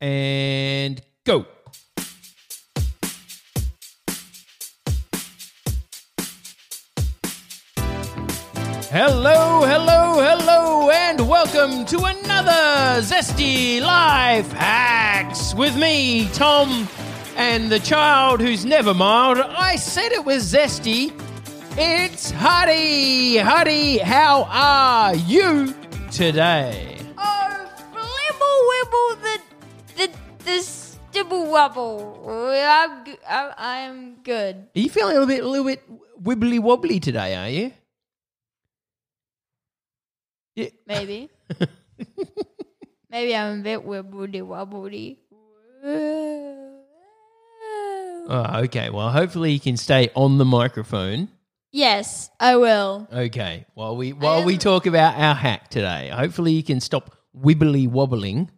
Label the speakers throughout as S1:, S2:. S1: And go. Hello, hello, hello, and welcome to another Zesty Life Hacks with me, Tom, and the child who's never mild. I said it was zesty. It's Huddy. Huddy, how are you today?
S2: Oh, flibble wibble the the the stibble wobble. I'm g- I'm I'm good.
S1: Are you feeling a little bit, a little bit wibbly wobbly today? Are you? Yeah.
S2: Maybe. Maybe I'm a bit wibbledy wobbledy.
S1: Oh, okay. Well, hopefully you can stay on the microphone.
S2: Yes, I will.
S1: Okay. While we while we talk about our hack today, hopefully you can stop wibbly wobbling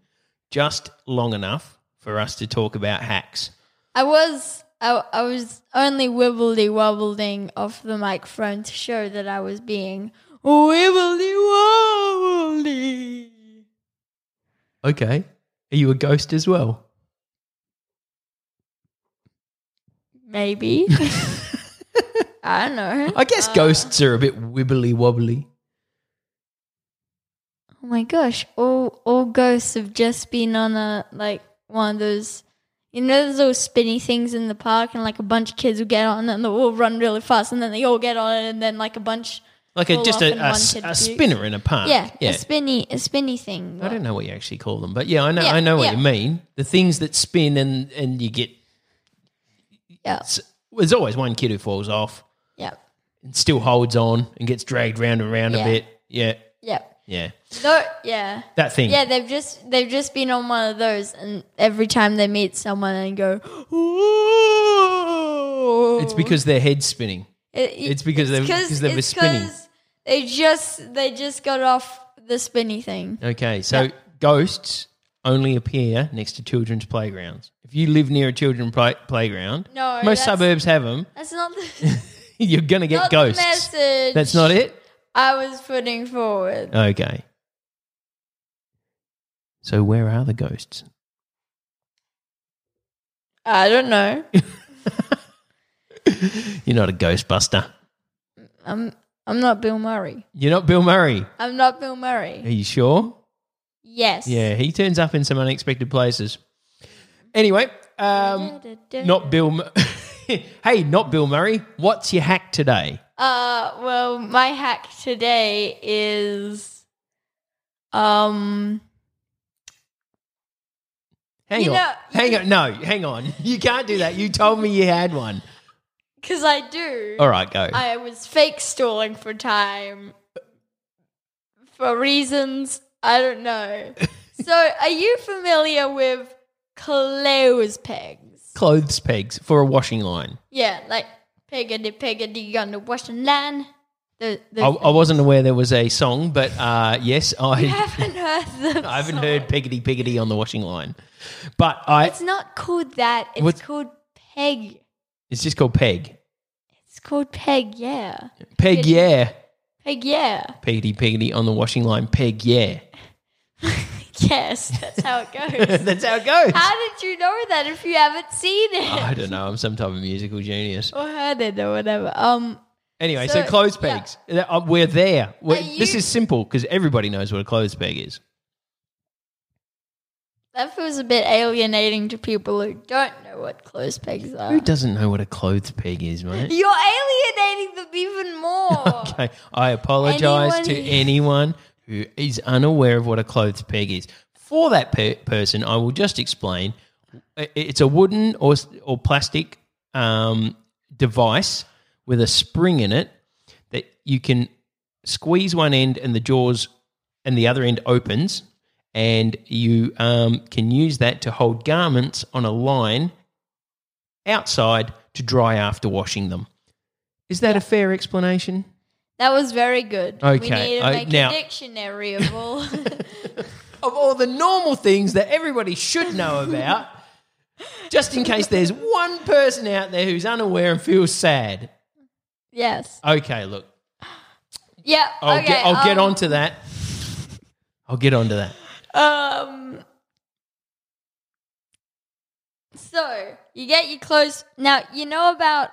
S1: just long enough for us to talk about hacks.
S2: I was I, I was only wibbledy wobbling off the microphone to show that I was being wibbledy wobbly.
S1: Okay. Are you a ghost as well?
S2: Maybe. I don't know.
S1: I guess ghosts are a bit wibbly wobbly.
S2: Oh my gosh, all all ghosts have just been on a like one of those you know those little spinny things in the park and like a bunch of kids will get on it and they'll all run really fast and then they all get on it and then like a bunch
S1: Like a,
S2: fall
S1: just
S2: off
S1: a,
S2: and
S1: a
S2: one
S1: s-
S2: kid
S1: a
S2: pukes.
S1: spinner in a park.
S2: Yeah,
S1: Ah, Yeah.
S2: a spinny a spinny thing.
S1: I don't know what you actually call them, but yeah, I know
S2: Yeah,
S1: I know what
S2: yeah.
S1: you mean. The things that spin and and you get
S2: Yeah.
S1: s- there's always one kid who falls off
S2: Yeah.
S1: and still holds on and gets dragged round and round a
S2: Yeah.
S1: bit. Yeah.
S2: Yeah.
S1: Yeah.
S2: No yeah.
S1: That thing.
S2: Yeah, they've just they've just been on one of those and every time they meet someone and go Ooh.
S1: It's because their head's spinning.
S2: It-
S1: It's because they- because they were
S2: it's
S1: spinning.
S2: 'cause They just they just got off the spinny thing.
S1: Okay, so ghosts only appear next to children's playgrounds. If you live near a children's play- playground,
S2: No,
S1: most
S2: that's-
S1: suburbs have them.
S2: That's not the,
S1: You're gonna get
S2: not the
S1: ghosts.
S2: message.
S1: That's not it.
S2: I was putting forward.
S1: Okay. So where are the ghosts?
S2: I don't know.
S1: You're not a ghostbuster.
S2: I'm I'm not Bill Murray.
S1: You're not Bill Murray.
S2: I'm not Bill
S1: Are
S2: Murray.
S1: you sure?
S2: Yes.
S1: Yeah, he turns up in some unexpected places. Anyway, um, not Bill. Mu- hey, not Bill Murray. What's your hack today?
S2: Uh. Well, my hack today is, um.
S1: Hang
S2: You
S1: on.
S2: know-
S1: hang on. No, hang on. You can't do that. You told me you had one.
S2: Because I do.
S1: All right, go.
S2: I was fake stalling for time for reasons I don't know. so, are you familiar with clothes pegs?
S1: Clothes pegs for a washing line.
S2: Yeah, like peggedy peggedy on the washing line. The, the,
S1: I, I wasn't aware there was a song, but uh, yes, I,
S2: you haven't heard the.
S1: I haven't
S2: song.
S1: heard Peggity Peggity on the washing line. But I,
S2: It's not called that. It's
S1: What-
S2: called peg.
S1: it's just called Peg.
S2: It's called peg. Yeah,
S1: Peg,
S2: Peggity.
S1: yeah.
S2: peg. Yeah.
S1: Peggity Peggity on the washing line. Peg, yeah.
S2: Yes, that's how it goes.
S1: That's how it goes.
S2: how did you know that if you haven't seen it?
S1: I don't know. I'm some type of musical genius.
S2: or heard it or whatever. Um,
S1: Anyway, so,
S2: So,
S1: clothes
S2: yeah.
S1: pegs. Uh, We're there. We're-
S2: Are
S1: this
S2: you-
S1: is simple because everybody knows what a clothes peg is.
S2: That feels a bit alienating to people who don't know what clothes pegs are.
S1: Who doesn't know what a clothes peg is, mate?
S2: You're alienating them even more.
S1: Okay, I apologize
S2: Anyone
S1: to
S2: who-
S1: anyone who is unaware of what a clothes peg is. For that pe- person, I will just explain. I- It's a wooden or s- or plastic um, device with a spring in it that you can squeeze one end and the jaws and the other end opens, and you um, can use that to hold garments on a line outside to dry after washing them. Is that a fair explanation?
S2: That was very good. We
S1: Okay,
S2: need to
S1: I-
S2: make
S1: now-
S2: a dictionary of all.
S1: of all the normal things that everybody should know about, just in case there's one person out there who's unaware and feels sad.
S2: yes.
S1: Okay, look,
S2: Yeah.
S1: I'll
S2: okay.
S1: get I'll get
S2: um,
S1: onto that. I'll get onto that.
S2: Um. So you get your clothes now. You know about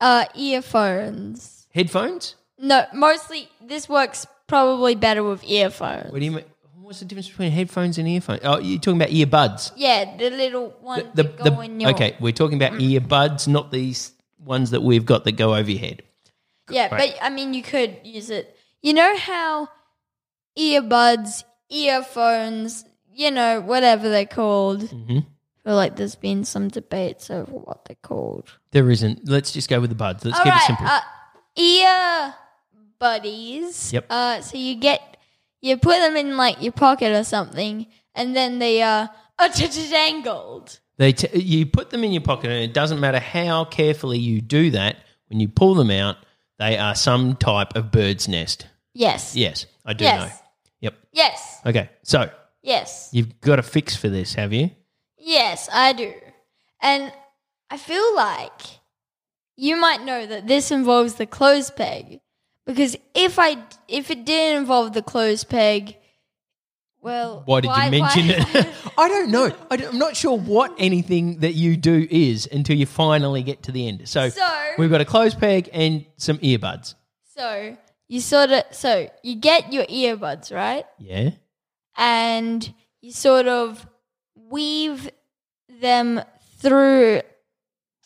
S2: uh earphones?
S1: Headphones?
S2: No, mostly this works probably better with earphones.
S1: What do you mean? What's the difference between headphones and earphones? Oh, you're talking about earbuds.
S2: Yeah, the little one
S1: The,
S2: that go
S1: the-
S2: in your
S1: okay, we're talking about earbuds, not these ones that we've got that go over your head.
S2: Yeah,
S1: Right.
S2: but I mean, you could use it. You know how earbuds, earphones, you know, whatever they're called. Mm-hmm. I feel like there's been some debates over what they're called.
S1: There isn't. Let's just go with the buds. Let's
S2: All
S1: keep
S2: right,
S1: it simple.
S2: uh, ear buddies.
S1: Yep.
S2: Uh, so you get you put them in like your pocket or something, and then they are uh, dangled.
S1: They t- you put them in your pocket, and it doesn't matter how carefully you do that. When you pull them out, they are some type of bird's nest.
S2: Yes.
S1: Yes, I do
S2: Yes.
S1: know. Yep.
S2: Yes.
S1: Okay, so
S2: Yes.
S1: you've got a fix for this, have you?
S2: Yes, I do. And I feel like you might know that this involves the clothes peg because if I if it didn't involve the clothes peg, well,
S1: Why did you mention it? I don't know. I am not sure what anything that you do is until you finally get to the end. So,
S2: So-
S1: we've got a clothes peg and some earbuds.
S2: so you sort of so you get your earbuds right,
S1: Yeah.
S2: and you sort of weave them through.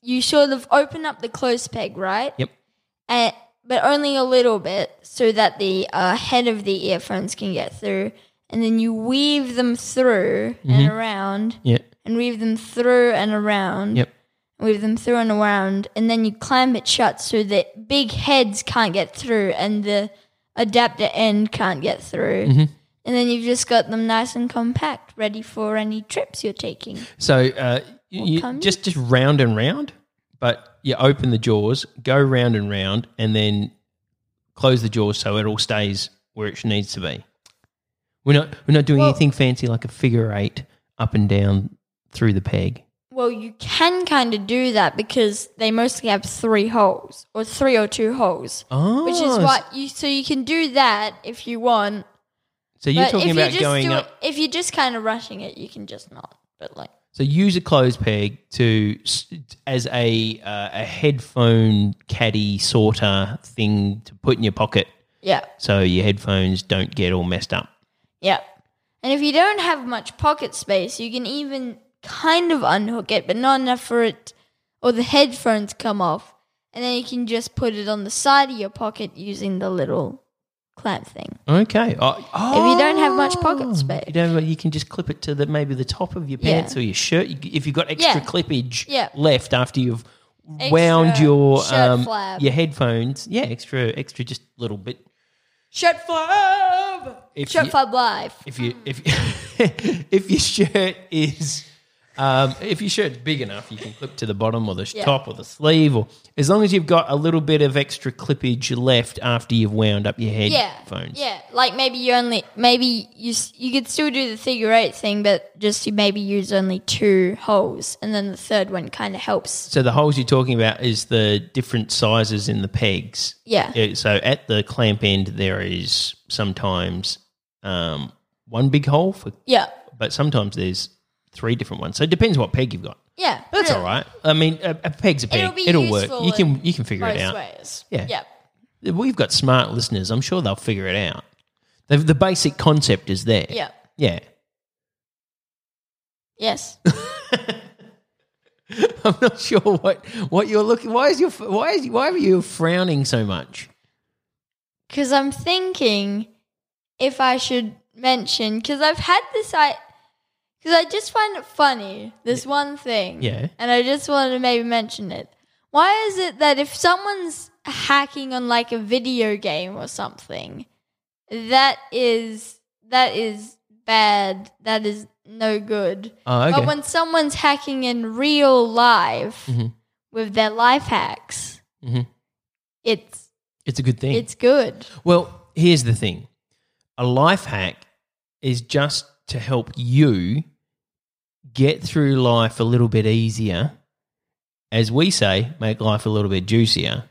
S2: You sort of open up the clothes peg, right?
S1: Yep.
S2: uh, but only a little bit so that the uh, head of the earphones can get through. And then you weave them through and around,
S1: Yeah.
S2: and weave them through and around,
S1: Yep.
S2: weave them through and around, and then you clamp it shut so that big heads can't get through and the adapter end can't get through.
S1: Mm-hmm.
S2: And then you've just got them nice and compact, ready for any trips you're taking.
S1: So uh, you,
S2: comes?
S1: just just round and round, but you open the jaws, go round and round, and then close the jaws so it all stays where it needs to be. We're not we're not doing
S2: Well-
S1: anything fancy like a figure eight up and down through the peg.
S2: Well, you can kind of do that because they mostly have three holes, or three or two holes.
S1: Oh,
S2: which is
S1: s-
S2: what you so you can do that if you want.
S1: So you're
S2: but
S1: talking
S2: if
S1: about
S2: you just
S1: going
S2: do
S1: up.
S2: It, if you're just kind of rushing it, you can just not. But like,
S1: So use a clothes peg to s- as a uh, a headphone caddy sorter thing to put in your pocket,
S2: yeah,
S1: so your headphones don't get all messed up.
S2: yeah. And if you don't have much pocket space, you can even kind of unhook it, but not enough for it or the headphones come off. And then you can just put it on the side of your pocket using the little clamp thing.
S1: Okay. Oh,
S2: you don't have much pocket
S1: oh.
S2: space.
S1: you don't. You can just clip it to the maybe the top of your
S2: Yeah.
S1: pants or your shirt You- if you've got extra
S2: Yeah.
S1: clippage
S2: Yeah.
S1: left after you've wound
S2: Extra
S1: your
S2: shirt
S1: um,
S2: flap.
S1: your headphones. Yeah, extra, extra, just little bit.
S2: Shirt flab,
S1: If
S2: shirt
S1: you-
S2: flab life.
S1: If you if if your shirt is um, if your shirt's big enough, you can clip to the bottom or the sh
S2: Yeah.
S1: top or the sleeve, or as long as you've got a little bit of extra clippage left after you've wound up your
S2: yeah,
S1: headphones.
S2: Yeah, like maybe you only maybe you s- you could still do the figure eight thing, but just you maybe use only two holes, and then the third one kind of helps.
S1: So the holes you're talking about is the different sizes in the pegs.
S2: Yeah.
S1: Yeah, So at the clamp end, there is sometimes um, one big hole, for,
S2: Yeah,
S1: but sometimes there's three different ones. So it depends what peg you've got.
S2: yeah,
S1: That's all right. I mean, a, a peg's a peg.
S2: It'll be
S1: work.
S2: useful
S1: You can
S2: in
S1: you can figure
S2: Both
S1: it out.
S2: ways.
S1: Yeah.
S2: yeah,
S1: We've got smart listeners. I'm sure they'll figure it out. The, the basic concept is there.
S2: yeah.
S1: Yeah.
S2: Yes.
S1: I'm not sure what, what you're looking. Why is your why is why were you frowning so much?
S2: Because I'm thinking if I should mention, because I've had this, I, because I just find it funny, this one thing.
S1: Yeah.
S2: And I just wanted to maybe mention it. Why is it that if someone's hacking on like a video game or something, that is, that is bad, that is no good.
S1: Oh, okay.
S2: But when someone's hacking in real life
S1: Mm-hmm.
S2: with their life hacks,
S1: Mhm.
S2: it's,
S1: It's a good thing.
S2: it's good.
S1: Well, here's the thing a life hack is just to help you get through life a little bit easier. As we say, make life a little bit juicier.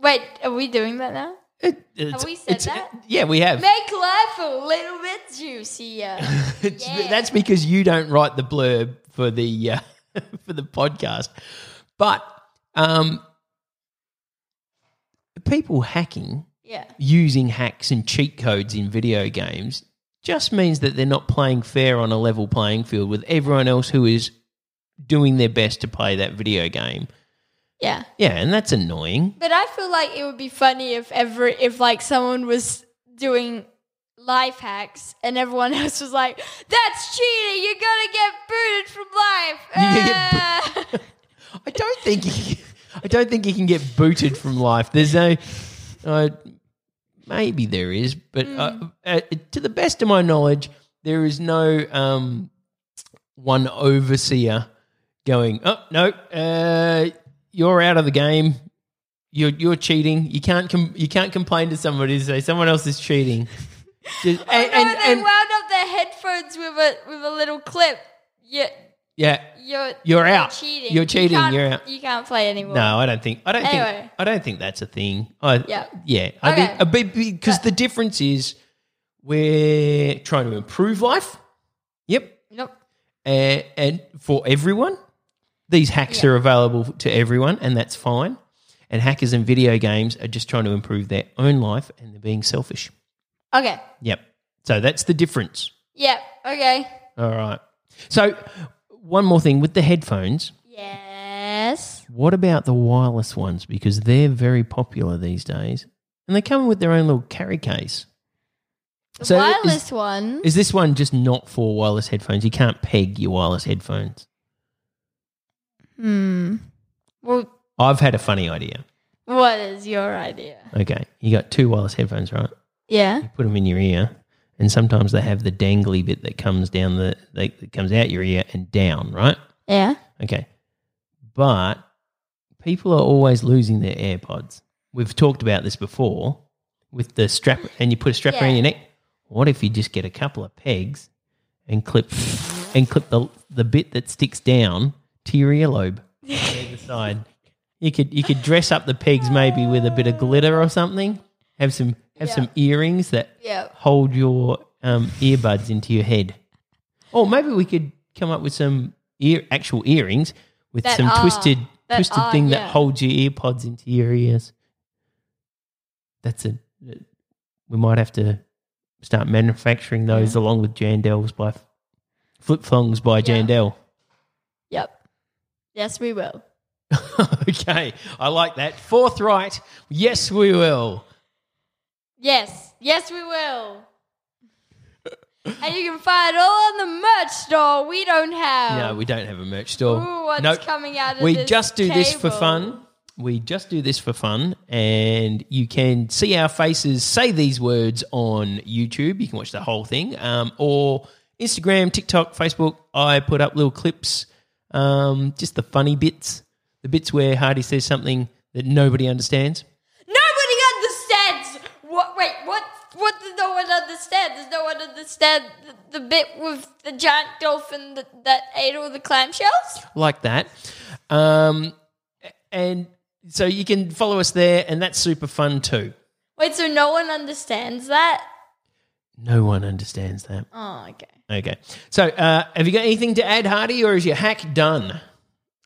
S2: Wait, are we doing that now?
S1: It, it's-
S2: we said
S1: it's-
S2: that?
S1: Yeah, we have.
S2: Make life a little bit juicier.
S1: It's-
S2: Yeah.
S1: That's because you don't write the blurb for the uh, for the podcast. But um, people hacking
S2: yeah.
S1: using hacks and cheat codes in video games just means that they're not playing fair on a level playing field with everyone else who is doing their best to play that video game.
S2: Yeah.
S1: Yeah, and that's annoying.
S2: But I feel like it would be funny if ever if like someone was doing life hacks and everyone else was like, That's cheating, you're gonna get booted from life.
S1: You get
S2: Ah."
S1: I don't think he, I don't think you can get booted from life. There's no uh, maybe there is, but
S2: Hmm.
S1: uh, uh, to the best of my knowledge, there is no um, one overseer going, "Oh no, uh, you're out of the game. You're you're cheating. You can't com- you can't complain to somebody to say someone else is cheating." Just- and-
S2: Oh,
S1: and-
S2: no, they
S1: and-
S2: wound up their headphones with a with a little clip. Yeah.
S1: yeah,
S2: You're,
S1: You're out.
S2: Cheating.
S1: You're
S2: You
S1: cheating,
S2: can't-
S1: you're out.
S2: You can't play anymore.
S1: No, I don't think. I don't
S2: Anyway.
S1: think. I don't think that's a thing. I,
S2: Yeah.
S1: yeah. I
S2: Okay.
S1: think uh, a bit because the difference is we're trying to improve life. Yep,
S2: Nope.
S1: and, and for everyone, these hacks are available to everyone, and that's fine. And hackers in video games are just trying to improve their own life, and they're being selfish.
S2: Okay.
S1: Yep. So that's the difference.
S2: Yeah. Okay.
S1: All right. So one more thing with the headphones.
S2: Yes.
S1: What about the wireless ones? Because they're very popular these days. And they come with their own little carry case.
S2: The
S1: So is-
S2: wireless one.
S1: Is this one just not for wireless headphones? You can't peg your wireless headphones.
S2: Hmm. Well,
S1: I've had a funny idea.
S2: what is your idea?
S1: Okay. You got two wireless headphones, right?
S2: Yeah.
S1: You put them in your ear, and sometimes they have the dangly bit that comes down the like, that comes out your ear and down, right?
S2: Yeah.
S1: Okay. But people are always losing their AirPods. We've talked about this before with the strap, and you put a strap around
S2: Yeah.
S1: your neck. What if you just get a couple of pegs and clip and clip the the bit that sticks down to your earlobe on either side? You could you could dress up the pegs maybe with a bit of glitter or something. Have some have some earrings that
S2: Yeah.
S1: hold your um, earbuds into your head. Or maybe we could come up with some ear actual earrings with
S2: That
S1: some
S2: are-
S1: twisted
S2: that
S1: twisted
S2: are,
S1: thing
S2: yeah.
S1: that holds your ear pods into your ears. That's a we might have to start manufacturing those along with Jandel's by Flip Flongs by Jandel.
S2: Yep. Yes, we will.
S1: okay, I like that. Forthright. Yes, we will.
S2: Yes. Yes, we will. and you can find it all on the merch store. We don't have.
S1: No, we don't have a merch store.
S2: Ooh, what's
S1: Nope.
S2: coming out of
S1: we
S2: this
S1: just do this for
S2: cable?
S1: fun. We just do this for fun, and you can see our faces say these words on YouTube. You can watch the whole thing, um, or Instagram, TikTok, Facebook. I put up little clips, um, just the funny bits, the bits where Hardy says something that nobody understands.
S2: Nobody understands. What? Wait. What? What does no one understand? Does no one understand the, the bit with the giant dolphin that, that ate all the clamshells?
S1: like that. Um, and so you can follow us there, and that's super fun too.
S2: Wait, so no one understands that?
S1: No one understands that.
S2: Oh, okay.
S1: Okay. So, uh, have you got anything to add, Hardy, or is your hack done?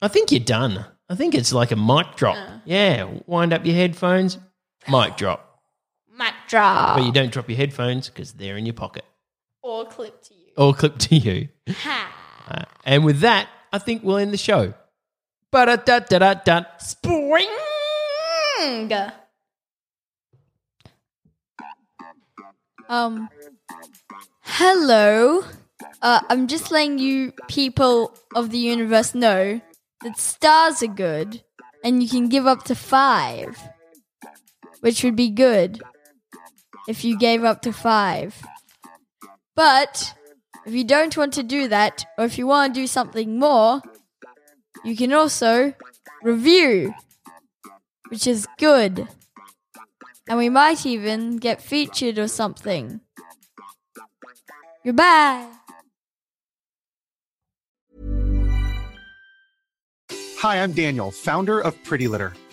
S1: I think you're done. I think it's like a mic drop. Yeah. Wind up your headphones, mic drop.
S2: Mic drop.
S1: But you don't drop your headphones because they're in your pocket
S2: or clip to you.
S1: or clipped to you.
S2: Ha.
S1: Uh, and with that, I think we'll end the show. da da da da.
S2: Spring. Um. Hello. Uh, I'm just letting you people of the universe know that stars are good, and you can give up to five, which would be good if you gave up to five. But if you don't want to do that, or if you want to do something more, you can also review, which is good. And we might even get featured or something. Goodbye.
S3: Hi, I'm Daniel, founder of Pretty Litter.